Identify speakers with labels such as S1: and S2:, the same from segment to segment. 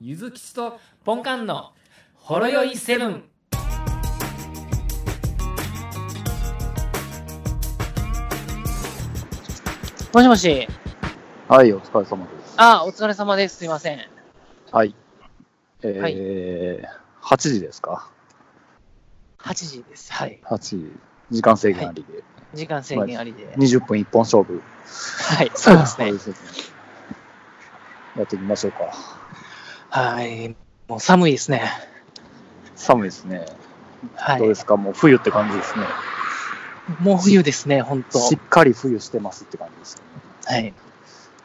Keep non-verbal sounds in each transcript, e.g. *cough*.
S1: ゆずきちとポンカンのほろよいセブン。
S2: もしもし。
S3: はい、お疲れ様です。
S2: あ、お疲れ様です。すいません。
S3: はい。えー8時ですか
S2: 8時です。はい。
S3: ?8 時。時間制限ありで。
S2: 時間制限ありで。
S3: 20分一本勝負。
S2: はい。そうですね。
S3: ね。やっていきましょうか。
S2: はい。もう寒いですね。
S3: 寒いですね。
S2: は
S3: どうで
S2: い。
S3: すかもう冬って感じですね。
S2: もう冬ですね、本当
S3: しっかり冬してますって感じですね。
S2: はい。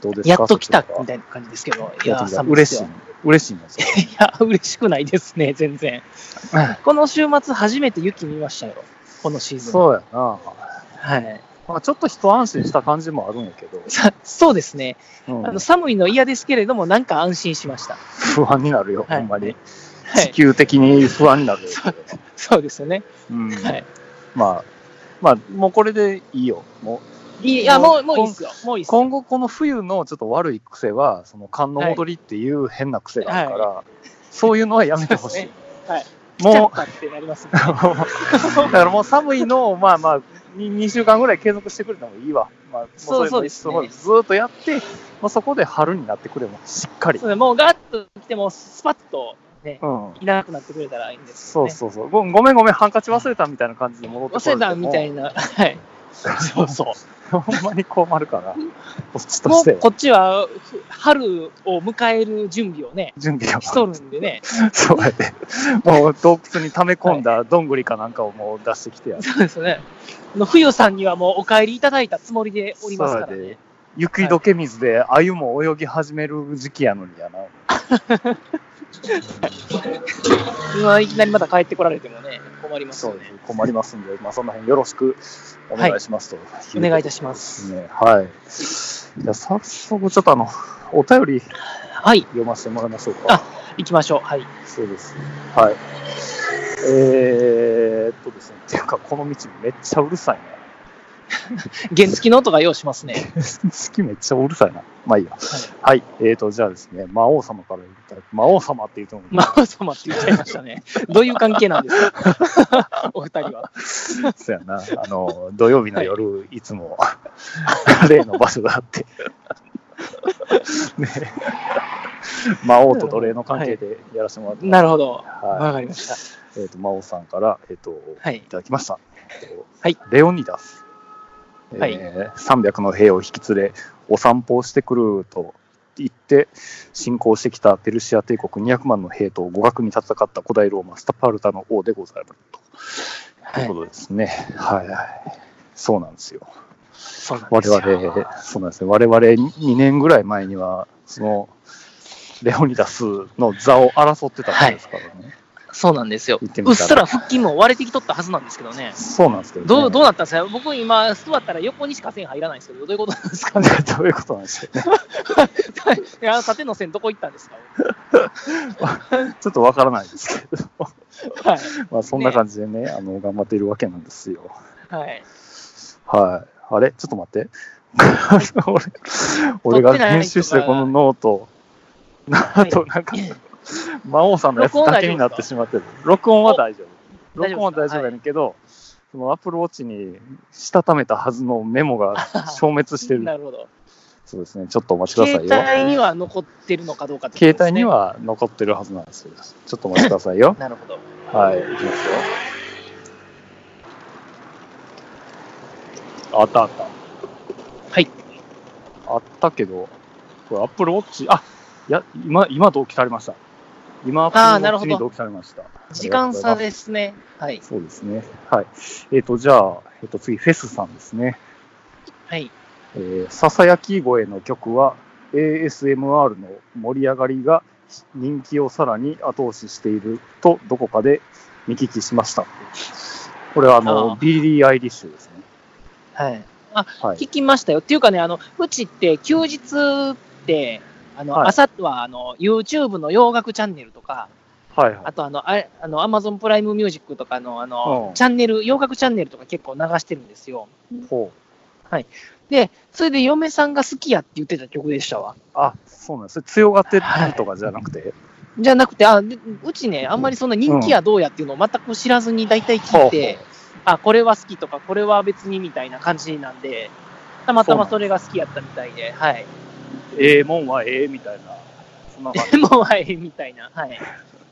S3: どうです
S2: や
S3: か
S2: っと来たみ
S3: い
S2: たいな感じですけど。い
S3: や
S2: や、
S3: っと来た
S2: 寒いで
S3: 嬉
S2: す
S3: しい
S2: よ。。
S3: 嬉しいんですよ。
S2: いや、嬉しくないですね、全然。 *laughs* この週末初めて雪見ましたよ。このシーズン。
S3: そうやな。
S2: はい。
S3: まあ、ちょっと一安心した感じもあるんやけど、
S2: さそうですね。
S3: う
S2: *laughs*
S3: ん
S2: あの寒いの嫌ですけれども、なんか安心しました。
S3: 不安になるよ、
S2: はい
S3: ほんまに。
S2: は
S3: 地
S2: い。
S3: 球的に不安になるよ。
S2: *laughs* そうですよね。
S3: うん
S2: はい。
S3: まあ、まあ、もうこれでいいよ。も
S2: いや、も
S3: も
S2: う、も
S3: う
S2: ういいっすよ。もういいうっすよ。
S3: 今後、この冬のちょっと悪い癖は、その寒の戻りっていう変な癖があるから、そういうのはやめてほしい。
S2: はい。
S3: も
S2: 来ちゃったってなりますね。
S3: う、 *laughs* だからもう寒いのを、まあまあ、2週間ぐらい継続してくれてもいいわ。まあ、も
S2: そう
S3: れ
S2: そうですね
S3: そこずーっとやって、まあ、そこで春になってくれもしっかり。
S2: そうねもうガッと来ても、スパッとね、
S3: うん。
S2: いなくなってくれたらいいんですけ
S3: そ
S2: ど
S3: う
S2: ね。
S3: そうそう。ごごめんごめん、ハンカチ忘れたみたいな感じで戻ってこ
S2: 忘れ
S3: ら
S2: た
S3: れても
S2: みたいな。 *laughs* はい。そうそ
S3: *laughs* ほんまに困
S2: *laughs*
S3: るから、こっち
S2: う。
S3: と
S2: も
S3: して
S2: う
S3: は
S2: こっちはふ春を迎える準備をね、
S3: 準備が
S2: しとるんでね。
S3: そうやって、もう洞窟に溜め込んだどんぐりかなんかをもう出してきてや
S2: *laughs*
S3: る。
S2: そうですね。あの冬さんにはもうお帰りいただいたつもりでおりますから
S3: そうや
S2: ね
S3: で。雪解け水で鮎も泳ぎ始める時期やのにやな。
S2: 今いきなりまた帰ってこられてもね、困りますよね。
S3: 困りますんで、まあその辺よろしくお願いしますと、
S2: お願いいた
S3: し
S2: しま。
S3: ますね。はい。じゃあ早速ちょっとあの、お便り
S2: はい、
S3: 読ませてもらいましょうか。
S2: 行きましょう。はい。
S3: そうです。はい。えー、っとですね、っていうかこの道めっちゃうるさいな。
S2: 原付きの音が用しますね。 *laughs*
S3: *laughs* 好きめっちゃうるさいな。まあいいや。はい。えーと、じゃあですね、魔王様から言った魔王様って言うと思う。
S2: 魔王様って言っちゃいましたね。どういう関係なんですか *laughs* お二人は。
S3: そうやな。あの、土曜日の夜、い、つも、 *laughs* 例の場所があって。ね。魔王と奴隷の関係でやらせてもらって、
S2: なるほど。
S3: は
S2: わかりました。
S3: い。えーと、魔王さんから、えっ、と、
S2: はい
S3: い、ただきました。えーと
S2: はい。
S3: レオニダス。えー
S2: はい
S3: 300の兵を引き連れ、お散歩をしてくると言って、侵攻してきたペルシア帝国200万の兵と互角に戦った古代ローマ、スタパルタの王でござると,、、
S2: はい
S3: う
S2: い
S3: こ。とですね。はいはい。そうなんですよ。
S2: そうなんで
S3: 我
S2: すよ。
S3: 々、そうなんですね。我々2年ぐらい前には、その、レオニダスの座を争ってたわけですからね。
S2: そうなんですよ。
S3: 言ってみた
S2: う
S3: ら
S2: っすら腹筋も割れてきとったはずなんですけどね。
S3: そうなんですけど、ね。
S2: どうどうなったんですか僕今座ったら横にしか線入らないんですけど、どういうことなん
S3: *laughs*
S2: ですかね
S3: *laughs* どういうことなんでしょうね。
S2: いや縦の線どこ行ったんですか
S3: ちょっとわからないですけど。
S2: はい。
S3: まあそんな感じでね、あの、頑張っているわけなんですよ。
S2: はい。
S3: はい。あれちょっと待って。 *laughs* 俺、俺が編集してこのノート、あとなんか、魔王さんのやつだけになってしまってる。録音は大丈夫。
S2: 大丈夫ですか
S3: 録音は大丈夫やねんけど、そのアップルウォッチにしたためたはずのメモ *laughs* が消滅してる。
S2: なるほど。
S3: そうですね。ちょっとお待ちくだ
S2: 携
S3: さいよ。
S2: 帯には残ってるのかどうかってことですね
S3: 携帯に。は残ってるはずなんですよ。ちょっとお待ちくださいよ。
S2: なるほど。
S3: はい、いきますよ。あったあった。
S2: はい。
S3: あったけど、これ Apple Watch、あいや、今、今同期されました。今
S2: あー
S3: Apple
S2: なる
S3: Watch
S2: ほど
S3: に同期されました。
S2: 時間差
S3: ありがとうござい
S2: ですね。はい
S3: ま。す。そうですね。はい。えっ、と、じゃあ、えっ、と、次、フェスさんですね。
S2: はい。
S3: えー、ささやき声の曲は、ASMR の盛り上がりが人気をさらに後押ししていると、どこかで見聞きしました。これは、あの、
S2: あー
S3: ビリー・アイリッシュですね。
S2: はい。
S3: はい。
S2: 聞きましたよ。っていうかね、あの、うちって休日って、あの、
S3: はい
S2: 朝は、あの、YouTube の洋楽チャンネルとか、
S3: はいはい
S2: あとあの、あれあの、Amazon プライムミュージックとかの、あの、
S3: うん
S2: チャンネル、洋楽チャンネルとか結構流してるんですよ。
S3: ほう。
S2: で、それで嫁さんが好きやって言ってた曲でしたわ。
S3: あ、そうなんです。強がってるとかじゃなくて。
S2: じゃなくて、あ、でうちね、あんまりそんな人気やどうやっていうのを全く知らずに大体聞いて、あ、これは好きとか、これは別にみたいな感じなんで、たまたまそれが好きやったみたいで、はい。
S3: ええもんはええみたいな、そんな感じ
S2: でも、はい、みたいな、はい。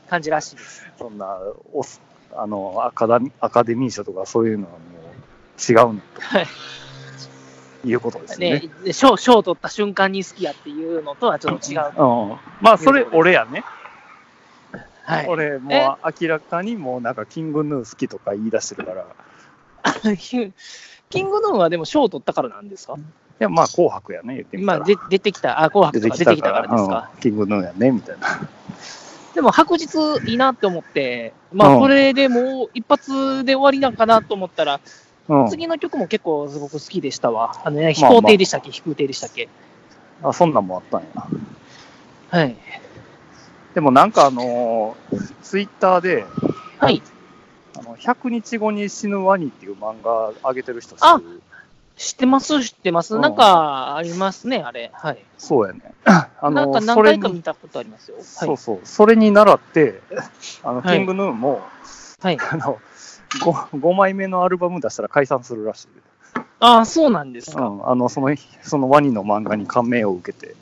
S2: 感じらしいです。
S3: そんなおすあのアカダミ、アカデミー賞とかそういうのはもう違うんだと、、
S2: はい
S3: うことですね。
S2: ね、で賞、賞取った瞬間に好きやっていうのとはちょっと違う。
S3: うん、ま *laughs* あ、それ俺やね。
S2: はい。
S3: 俺、もう明らかにもうなんかキングヌー好きとか言い出してるから、
S2: *laughs*
S3: い
S2: キングヌーはでも賞取ったからなんですか
S3: や、まあ紅白やね、言ってみた
S2: 今
S3: ら。
S2: で出てきた、あ、紅白とか出てきたからですか。
S3: うんキングヌーやね、みたいな。
S2: でも白日いいなって思って、ま
S3: う
S2: あ
S3: ん
S2: それでもう一発で終わりなんかなと思ったら、
S3: うん、
S2: 次の曲も結構すごく好きでしたわ。あのね、飛
S3: まあまあ
S2: 行艇でしたっけ、飛空艇でしたっけ。
S3: あそんなんもあったんやな。
S2: はい。
S3: でもなんかあのーツイッターで、
S2: はい。
S3: あの、100日後に死ぬワニっていう漫画上げてる人知
S2: あ
S3: る
S2: 知ってます、知ってます。
S3: うん
S2: なんかありますね、あれ。はい。
S3: そうや
S2: *laughs*
S3: ね。あ
S2: なん
S3: の
S2: か
S3: そ
S2: 何
S3: れ
S2: 回か
S3: に
S2: 見たことありますよ。は
S3: そう
S2: い。
S3: そう、それに倣って、あ
S2: は
S3: の、
S2: い
S3: キングヌーも、
S2: はい、
S3: あの5、5枚目のアルバム出したら解散するらしい。
S2: ああ、そうなんです
S3: う
S2: か。
S3: ん、あの、その、そのワニの漫画に感銘を受けて。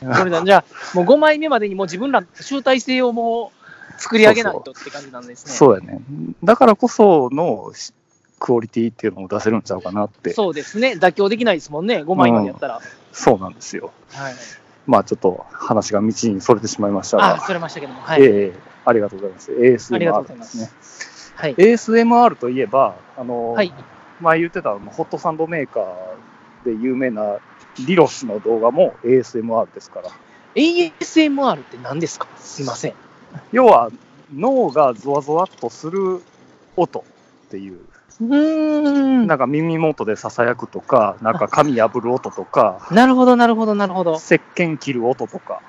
S2: これだ、じゃあ、もう5枚目までにもう自分らの集大成をもう作り上げないとって感じなんですね。
S3: そうやね。だからこそのしクオリティっていうのを出せるんちゃうかなって。そう
S2: そうですね。妥協できないですもんね、5枚までやったら。
S3: なんですよ。
S2: はい。
S3: まあちょっと話が道にそれてしまいました
S2: ああ、
S3: が。
S2: それましたけども。はい。
S3: ええありがとうございます。ASMR
S2: ありがとうございま
S3: ですね
S2: す。。はい。
S3: ASMR といえば、あの、
S2: はい。
S3: 前言ってたあのホットサンドメーカーで有名なリロスの動画も ASMR ですから。
S2: ASMR って何ですかすいません。
S3: 要は脳がゾワゾワっとする音っていう。
S2: うーん。
S3: なんか耳元で囁くとか、なんか髪破る音とか、
S2: なるほど、なるほど、なるほど。
S3: 石鹸切る音とか、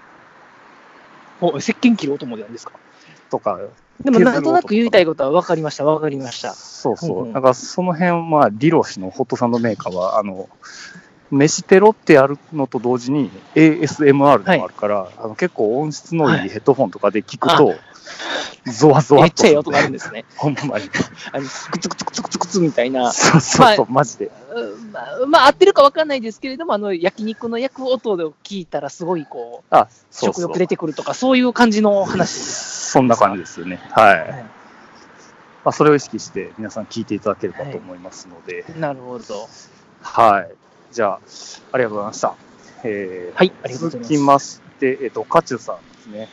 S2: お石鹸切る音もなんですか
S3: とか、
S2: でも、
S3: 削る音
S2: なんとなく言いたいことは分かりました、分かりました。
S3: そうそう。
S2: うんうん
S3: なんかその辺、まあ、リロシのホットサンドメーカーは、あの、飯テロってやるのと同時に ASMR でもあるから、あの結構音質のいいヘッドフォンとかで聞くと、ゾワゾワ
S2: め
S3: っ
S2: っ
S3: と
S2: ちゃええ
S3: する。
S2: 音があるんですね。
S3: ほんまに。
S2: あの、クツクツクツクツクツみたいな。
S3: そうそうそう、マジで。
S2: うんまあ、まあ合ってるか分かんないですけれども、あの、焼肉の焼く音を聞いたら、すごいこう、
S3: あ、そう
S2: 食
S3: そう
S2: 欲出てくるとか、そういう感じの話です。
S3: そんな感じですよね。はい。
S2: はい
S3: まあ、それを意識して皆さん聞いていただければと思いますので、
S2: なるほど。
S3: はい。じゃあ、ありがとうございました。えー
S2: はい、ありがとうござい
S3: 続
S2: ます。
S3: きまして、えっ、と、カチュさんですね。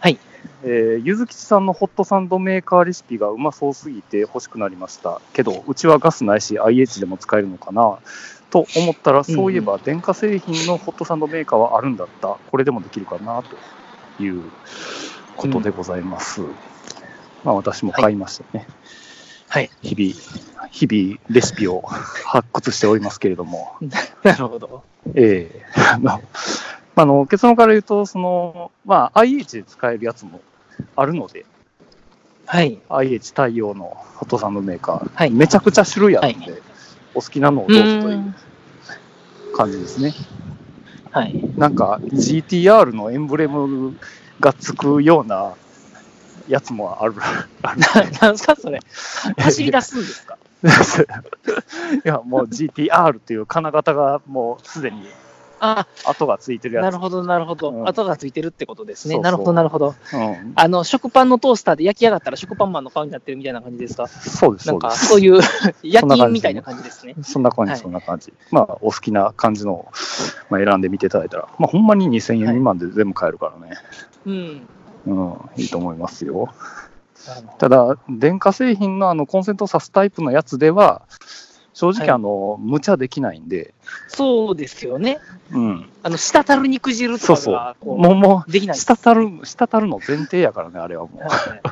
S2: はい。
S3: えーゆずきちさんのホットサンドメーカーレシピがうまそうすぎて欲しくなりましたけど、うちはガスないし IH でも使えるのかなと思ったら、そういえば電化製品のホットサンドメーカーはあるんだった。これでもできるかなということでございます。まあ私も買いましたね。
S2: はい。
S3: 日々、日々レシピを発掘しておりますけれども。
S2: なるほど。
S3: え *laughs* えあの、まああの、結論から言うと、その、まあ、IH で使えるやつもあるので、
S2: はい。
S3: IH 対応のホットサンドメーカー、
S2: はい
S3: めちゃくちゃ種類あるんで、
S2: は
S3: お好きなのをどうぞという感じですね。
S2: はい。 *laughs*
S3: なんか、GTR のエンブレムがつくようなやつもある。 *laughs* ある
S2: なんですか、それ。走り出すん
S3: *laughs*
S2: ですか。
S3: いや、もう GTR っていう金型がもうすでに
S2: あ、
S3: 跡がついてるやつ。
S2: なるほど、なるほ
S3: う
S2: ど。
S3: ん
S2: 跡がついてるってことですね。
S3: そうそう
S2: なるほど、なるほど。
S3: うん、
S2: あの、食パンのトースターで焼き上がったら食パンマンの顔になってるみたいな感じですか。
S3: そうです、
S2: な
S3: *laughs*
S2: ん
S3: そうで
S2: か、
S3: す。
S2: そういう焼
S3: んな感
S2: き印
S3: じです
S2: みたいな感じですね。
S3: そんな感じ、
S2: はい
S3: そんな感じ。まあ、お好きな感じのを、まあ、選んでみていただいたら、まあ、ほんまに2000円未満で全部買えるからね、
S2: うん。
S3: うん、いいと思いますよ。
S2: なるほ
S3: ただ、電化製品のあのコンセント挿すタイプのやつでは、正
S2: はい
S3: 直、あの、無茶できないんで、
S2: どそうですよね。
S3: うん、
S2: あの、滴る肉汁
S3: そ
S2: と
S3: う
S2: か
S3: そう
S2: が、、こう
S3: もう、も
S2: でき
S3: う、
S2: ないです。
S3: 滴る、滴るの前提やからね、あれはも
S2: はいはい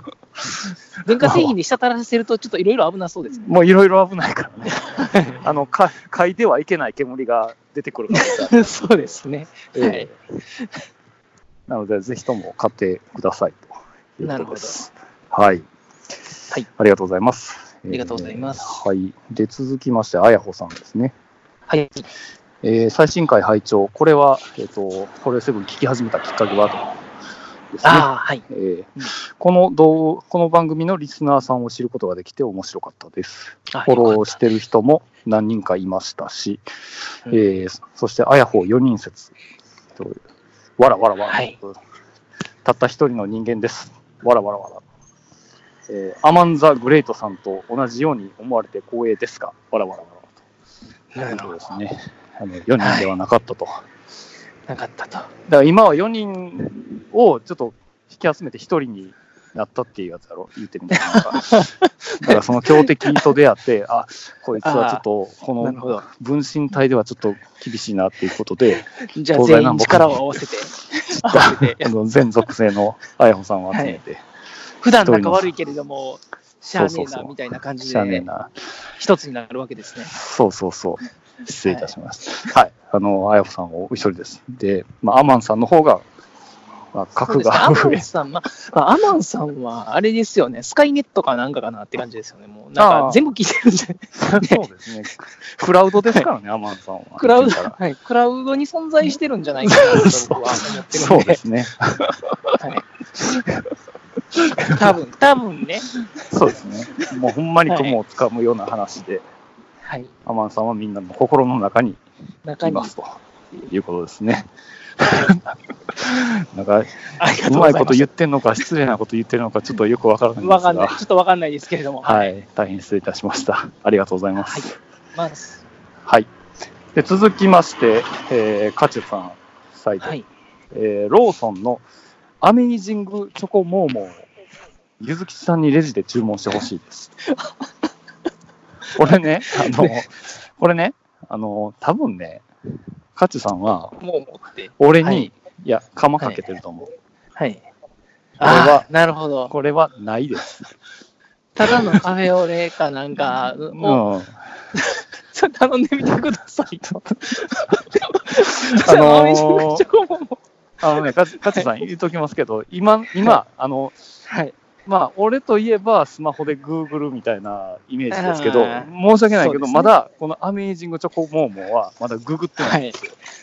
S2: 文化製品で滴らせると、ちょっといろいろ危なそうですね。
S3: う。もういろいろ危ないからね。
S2: *laughs*
S3: あの、か嗅いではいけない煙が出てくるからさ、
S2: *laughs* そうですね。
S3: え
S2: はい
S3: えなので、ぜひとも買ってくださいということです。はい。
S2: はい。
S3: ありがとうございます。あ
S2: りがとうございます
S3: はい。で、続きまして、あやほさんですね。
S2: はい。
S3: えー最新回拝聴これは、えっ、と、ホロセブン聞き始めたきっかけはとですね。
S2: ああ、はい。
S3: えーこの動画この番組のリスナーさんを知ることができて面白かったです。
S2: あ
S3: フォローしてる人も何人かいましたし、
S2: うん
S3: えーそしてあやほう4人説というわらわらわら、
S2: はい
S3: たった一人の人間です。わらわらわら。えーアマン・ザ・グレイトさんと同じように思われて光栄ですが、わらわらわら。ということですね。あの4人ではなかったと。
S2: なかったと。
S3: だから今は4人をちょっと引き集めて1人になったっていうやつだろ、言ってみたら
S2: *laughs*
S3: なんか。だからその強敵と出会って、あこいつはちょっと、こ
S2: なるほ
S3: の
S2: ど。
S3: 分身体ではちょっと厳しいなっていうことで、
S2: じゃあ全員力を合わせて。合わせて
S3: あの全属性のあやほさんを集めて、
S2: 普段仲悪いけれども、しゃあねえ
S3: そうそう
S2: な
S3: そう
S2: みたいな感じ
S3: しゃあね
S2: で、
S3: えな、
S2: 一つになるわけですね。
S3: そうそうそう、失礼いたしました。はい、あの、あやほさんをお一人です。で、まあ、アマンさんの方が、まあ、
S2: そう
S3: 格
S2: ですね
S3: が
S2: アマ
S3: 増え
S2: ンさん、まあ、まあアマンさんは、あれですよね、スカイネットかなんかかなって感じですよね。もう、なん
S3: あ
S2: か
S3: ー
S2: 全部聞いてるんじゃない *laughs*
S3: *laughs* そうですね。クラウドですからね、アマンさんは。
S2: クラウ
S3: 言
S2: ド、
S3: うたら
S2: はい、クラウドに存在してるんじゃないかなと僕は思ってるんで。
S3: そうですね。
S2: はい。多分、多分ね。
S3: そうですね。もうほんまに雲をつかむような話で、
S2: はい。
S3: アマンさんはみんなの心の中に
S2: 中
S3: い
S2: に。
S3: ますということですね。なんか、
S2: ありがとう
S3: うま
S2: ご
S3: い
S2: ざ
S3: こ
S2: い
S3: と
S2: ま
S3: 言っ
S2: す。
S3: てんのか、失礼なこと言ってるのか、ちょっとよくわからないんで
S2: わ
S3: す
S2: かんない。
S3: が
S2: ちょ。っとわかんないですけれども。。
S3: はいい、大変失礼いたしました。ありがとうございます。
S2: まあ、
S3: はい。で続きまして、えー、カチュさん、サイト
S2: はい。
S3: えーローソンのアメージングチョコモーモーをゆずきさんにレジで注文してほしい
S2: *laughs*
S3: です。これね、あの、これね、あの、多分ね、カチュさんは
S2: もう持って。
S3: 俺に、
S2: はいい、
S3: や、釜かけてると思う。
S2: はい。
S3: は
S2: ああ、なるほど。
S3: これはないです。
S2: ただのカフェオレかなんか
S3: う
S2: を、
S3: ん。あ
S2: ちょっと頼んでみてくださいと。あ
S3: の
S2: の
S3: ー
S2: チョコも。
S3: あのね、カチュカチュさん言うときますけど、今、今、あの、
S2: はい。
S3: まあ、俺といえばスマホで Google みたいなイメージですけど、
S2: あー
S3: 申し訳ないけ
S2: そう
S3: ど、
S2: ですね
S3: まだこのアメージングチョコモーモーはまだググってない。
S2: はい。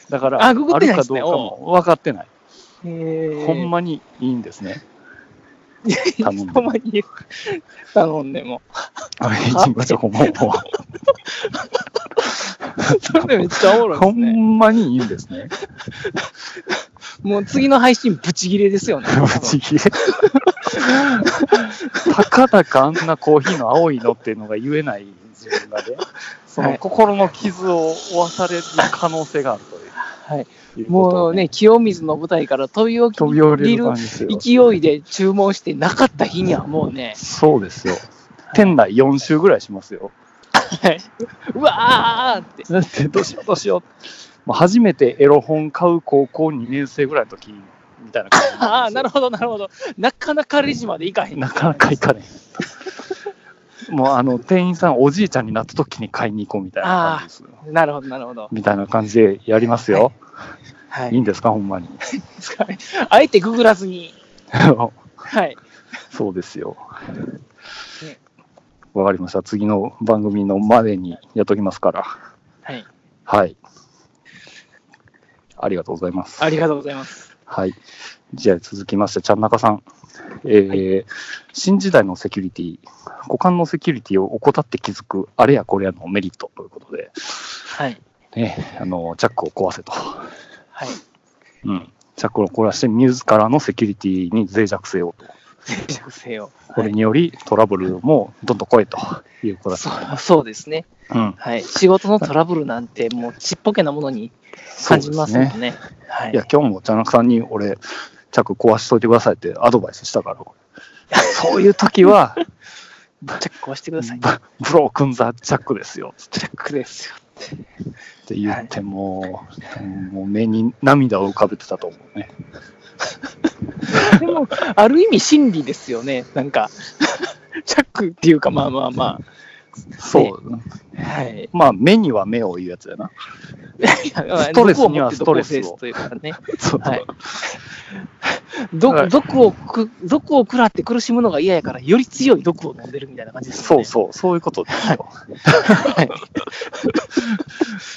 S3: だから、
S2: あググってない
S3: あ
S2: で
S3: るか
S2: す
S3: どう
S2: ね
S3: かも分かってない。
S2: ほ
S3: ほんまにいいんですね。頼んで
S2: ほんまに頼んでも。
S3: アメージングチョコモーモーは。
S2: それめっちゃおもろいで
S3: ほ
S2: すね。
S3: んまにいいんですね。
S2: もう次の配信、ブチギレです
S3: *laughs*
S2: よね。
S3: ぶち切れ。たかだかあんなコーヒーの青いのっていうのが言えない自分がね、その心の傷を負わされる可能性があるという。
S2: はい。
S3: いうこと
S2: も
S3: を
S2: うね、清水の舞台から飛び起
S3: 飛び降
S2: き
S3: りる
S2: る
S3: 感じですよ。
S2: 勢いで注文してなかった日にはもうね、
S3: そうですよ。店内4周ぐらいしますよ。
S2: はいうわーって。
S3: だってどうしようどうしよう。もう初めてエロ本買う高校2年生ぐらいの時みたいな感じ
S2: ああ、なる
S3: ほ
S2: ほど、なるほど。なかなかレジまで行かへん。
S3: なかなか行かれへん。もうあの店員さんおじいちゃんになった時に買いに行こうみたいな感じですよ。
S2: なるほど、なるほど。
S3: みたいな感じでやりますよ。、
S2: はい
S3: い
S2: い。
S3: んですかほんまに。
S2: *laughs*
S3: *laughs*
S2: あえてググらずに。はい。
S3: そうですよ
S2: ね。
S3: わかりました。次の番組のまでにやっときますから。
S2: はい。
S3: はい。ありがとうございます。
S2: ありがとうございます。
S3: はい。じゃあ続きまして、ちゃんなかさん。えー新時代のセキュリティ、股間のセキュリティを怠って気づく、あれやこれやのメリットということで、
S2: はい。
S3: ね、あの、チャックを壊せと。
S2: はい。
S3: *laughs* うん。チャックを壊して、自らのセキュリティに脆弱性をと。
S2: 脆弱性を。
S3: これにより、トラブルもどんどん来いということだと
S2: そ
S3: 思いま
S2: う
S3: す。
S2: そうですね。
S3: うん。
S2: はい。仕事のトラブルなんて、もうちっぽけなものに感じますもんね。
S3: そうで
S2: はい。
S3: いや、今日もちゃなかさんに俺、チャック壊しといてくださいってアドバイスしたから、
S2: *laughs*
S3: そういう時は、
S2: チャック押してください。
S3: ブブ *laughs* ロークンザチャックですよ
S2: チャックですよ。
S3: って言っても、もう目に涙を浮かべてたと思うね。
S2: でも、ある意味真理ですよね。なんか、チャックっていうか、まあまあま
S3: そう。
S2: あ。はい。
S3: まあ、目には目を言うやつやな。
S2: ス
S3: トレスにはストレスを
S2: というかね。
S3: そう
S2: はい
S3: は
S2: 毒
S3: い
S2: 毒をく、毒を食らって苦しむのが嫌やから、より強い毒を飲んでるみたいな感じですよ
S3: そ
S2: ね。
S3: うそう、そういうことですよ。はい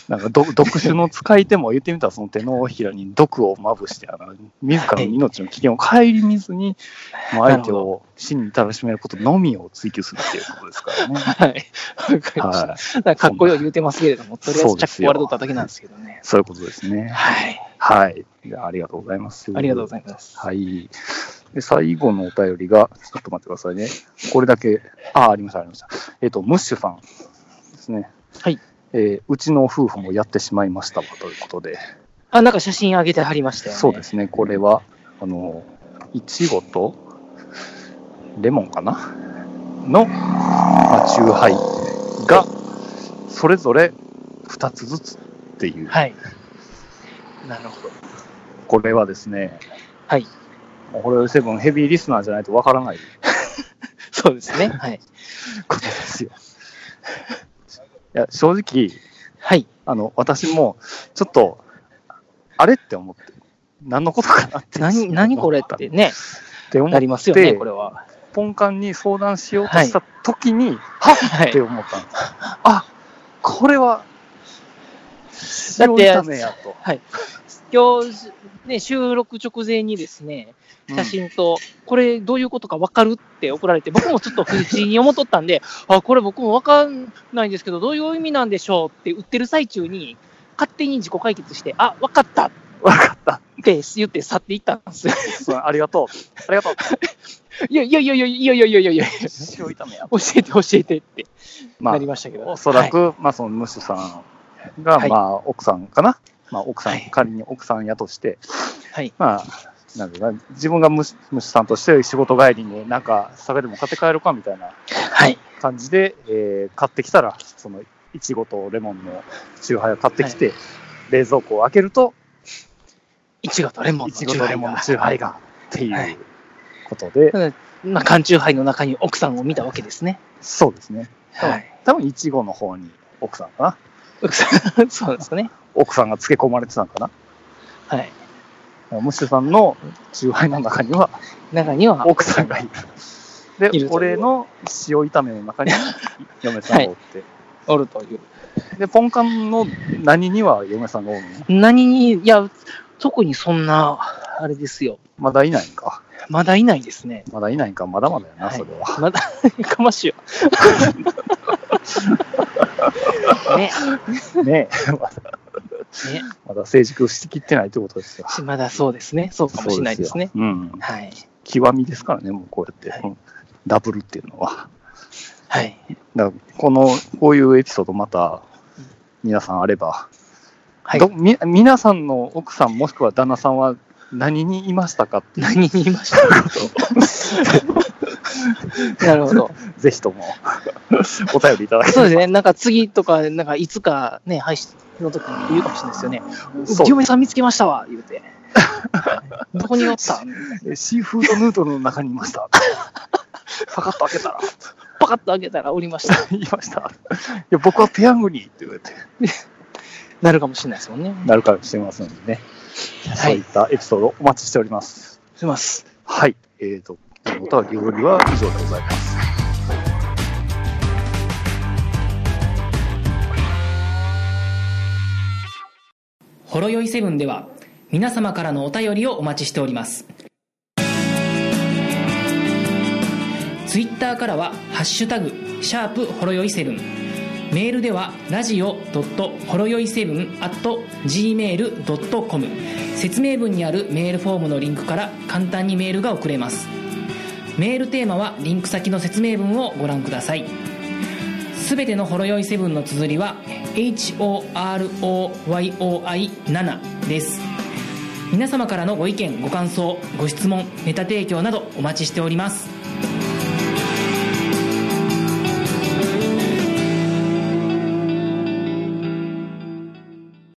S3: なんかど、毒種の使い手も言ってみたら、その手のひらに毒をまぶして、あの自らの命の危険を顧みずに、まあ、相手を死に至らしめることのみを追求するっていうことですからね。
S2: はい。わかりました。
S3: はい、
S2: なんかかっこよい言うてますけれども、とりあえ
S3: そ
S2: ずチャ
S3: うで
S2: ック
S3: す
S2: 終
S3: よ
S2: われとっただけなんですけどね。
S3: そういうことですね。
S2: はい。
S3: はい。じゃあありがとうございます。
S2: ありがとうご
S3: い
S2: ざいます。
S3: ます。はい。で、最後のお便りが、ちょっと待ってくださいね。これだけ、あ、ありました、ありました。えっ、と、ムッシュさんですね。
S2: はい。
S3: えーうちの夫婦もやってしまいましたわということで、
S2: あ、なんか写真あげてはりましたよね。
S3: そうで。すね、これは、あの、いちごとレモンかなの、まあ、チューハイが、それぞれ2つずつっていう、
S2: はい。なるほど。
S3: これはですね、
S2: はい。
S3: ホロヨイセブンヘビーリスナーじゃないとわからない
S2: そうですね。はい。
S3: ことですよ。いや、正直、
S2: はい。
S3: あの、私も、ちょっと、あれって思って、何のことかなって。
S2: 何、何これっ
S3: って
S2: ね、
S3: て思
S2: な
S3: っ
S2: りますよね、
S3: で
S2: これは。
S3: 本館に相談しようとした時に、
S2: は
S3: って
S2: い。
S3: 思ったんです。あ、これは、
S2: だ
S3: 塩
S2: って
S3: 炒めやと。
S2: はい。今日、ね、収録直前にですね、写真と、これどういうことか分かるって怒られて、僕もちょっと不思議に思っとったんで、 *laughs* あ、これ僕も分かんないんですけど、どういう意味なんでしょうって売ってる最中に、勝手に自己解決して、あ、分かったっ
S3: うんわかった。
S2: て言って去っていったんですよ。 *laughs*
S3: そうありがとう。ありがとう。
S2: いやいやいやいやいやいやいやいやいや
S3: 塩炒めや。
S2: 教えて教えてって
S3: ま
S2: な
S3: あ
S2: り、ましたけど。
S3: おそら
S2: は
S3: く、まあ、そのムッシュさんが、
S2: はい
S3: まあ、奥さんかな。まあ、奥さん、
S2: はい
S3: 仮に奥さんやとして、
S2: い。はい。
S3: まあ、なんだろうな自分がムシムシさんとして仕事帰りになんか酒でも買って帰るかみたいな
S2: はい。
S3: 感じで、えー買ってきたら、そのいちごとレモンのチューハイを買ってきて、冷蔵庫を開けると、
S2: いちごとレモン
S3: い
S2: のチ
S3: ちご
S2: ュー
S3: と
S2: ハ
S3: レ
S2: イ
S3: モンの
S2: が。
S3: チューハイがってい
S2: は
S3: う
S2: い
S3: ことで、
S2: まあ、缶チューハイの中に奥さんを見たわけですね。
S3: そうですね。
S2: はい。
S3: 多分いちごの方に奥さんかな。
S2: 奥さん、 *laughs* そうですね。
S3: 奥さんが漬け込まれてたのか
S2: はい。
S3: な。ムッシュさんのチューハイの中には
S2: 中には、
S3: 奥さんがいる。で
S2: いるとい、う
S3: 俺の塩炒めの
S2: *laughs*
S3: 中に嫁さんがおって。
S2: おるという。
S3: で、ポンカンの何には嫁さんがおるの
S2: 何に、いや、特にそんな、あれですよ。
S3: まだいないんか。
S2: まだいないですね。
S3: まだいないんか。まだまだやな、
S2: はい
S3: それは。
S2: まだ、 *laughs* かましいわ。ね、
S3: ねえ、まだ
S2: ね、
S3: まだ成熟してきってないってことですよ。
S2: まだそうですね。そうかもしれないですね。
S3: そうようん。
S2: はい。
S3: 極みですからね、もうこうやって。
S2: はい
S3: うんダブルっていうのは。
S2: はい。
S3: だからこの、こういうエピソードまた、皆さんあれば、
S2: はい
S3: ど。み皆さんの奥さんもしくは旦那さんは何にいましたかっていう
S2: 何に言いました *laughs* なるほど。
S3: ぜひともお便りいただけ
S2: そうですね。なんか次とか、なんかいつかね、配信の時に言うかもしれないですよね。
S3: そう
S2: 嫁さん見つけましたわ、言う *laughs* て。どこにおった
S3: えシーフードヌードルの中にい
S2: *laughs*
S3: ました。パカッと開けたら、
S2: パカッと開けたらおりました。
S3: いました。いや、僕はペヤングにって言われて、
S2: *laughs* なるかもしれないですもんね。
S3: なるかもしれませんのでね。
S2: は
S3: そうい
S2: い
S3: っ。たエピソードをお待ちしております。
S2: します。
S3: はい。えーと、お便りおりは以上でございます。
S1: ほろよいセブンでは皆様からのお便りをお待ちしておりますツイッターからは「ハッシュタグシャープほろよいセブン」メールではラジオほろよい7 gmail.com 説明文にあるメールフォームのリンクから簡単にメールが送れますメールテーマはリンク先の説明文をご覧くださいすべてのほろ酔いセブンの綴りは HOROYOI7 です皆様からのご意見ご感想ご質問ネタ提供などお待ちしております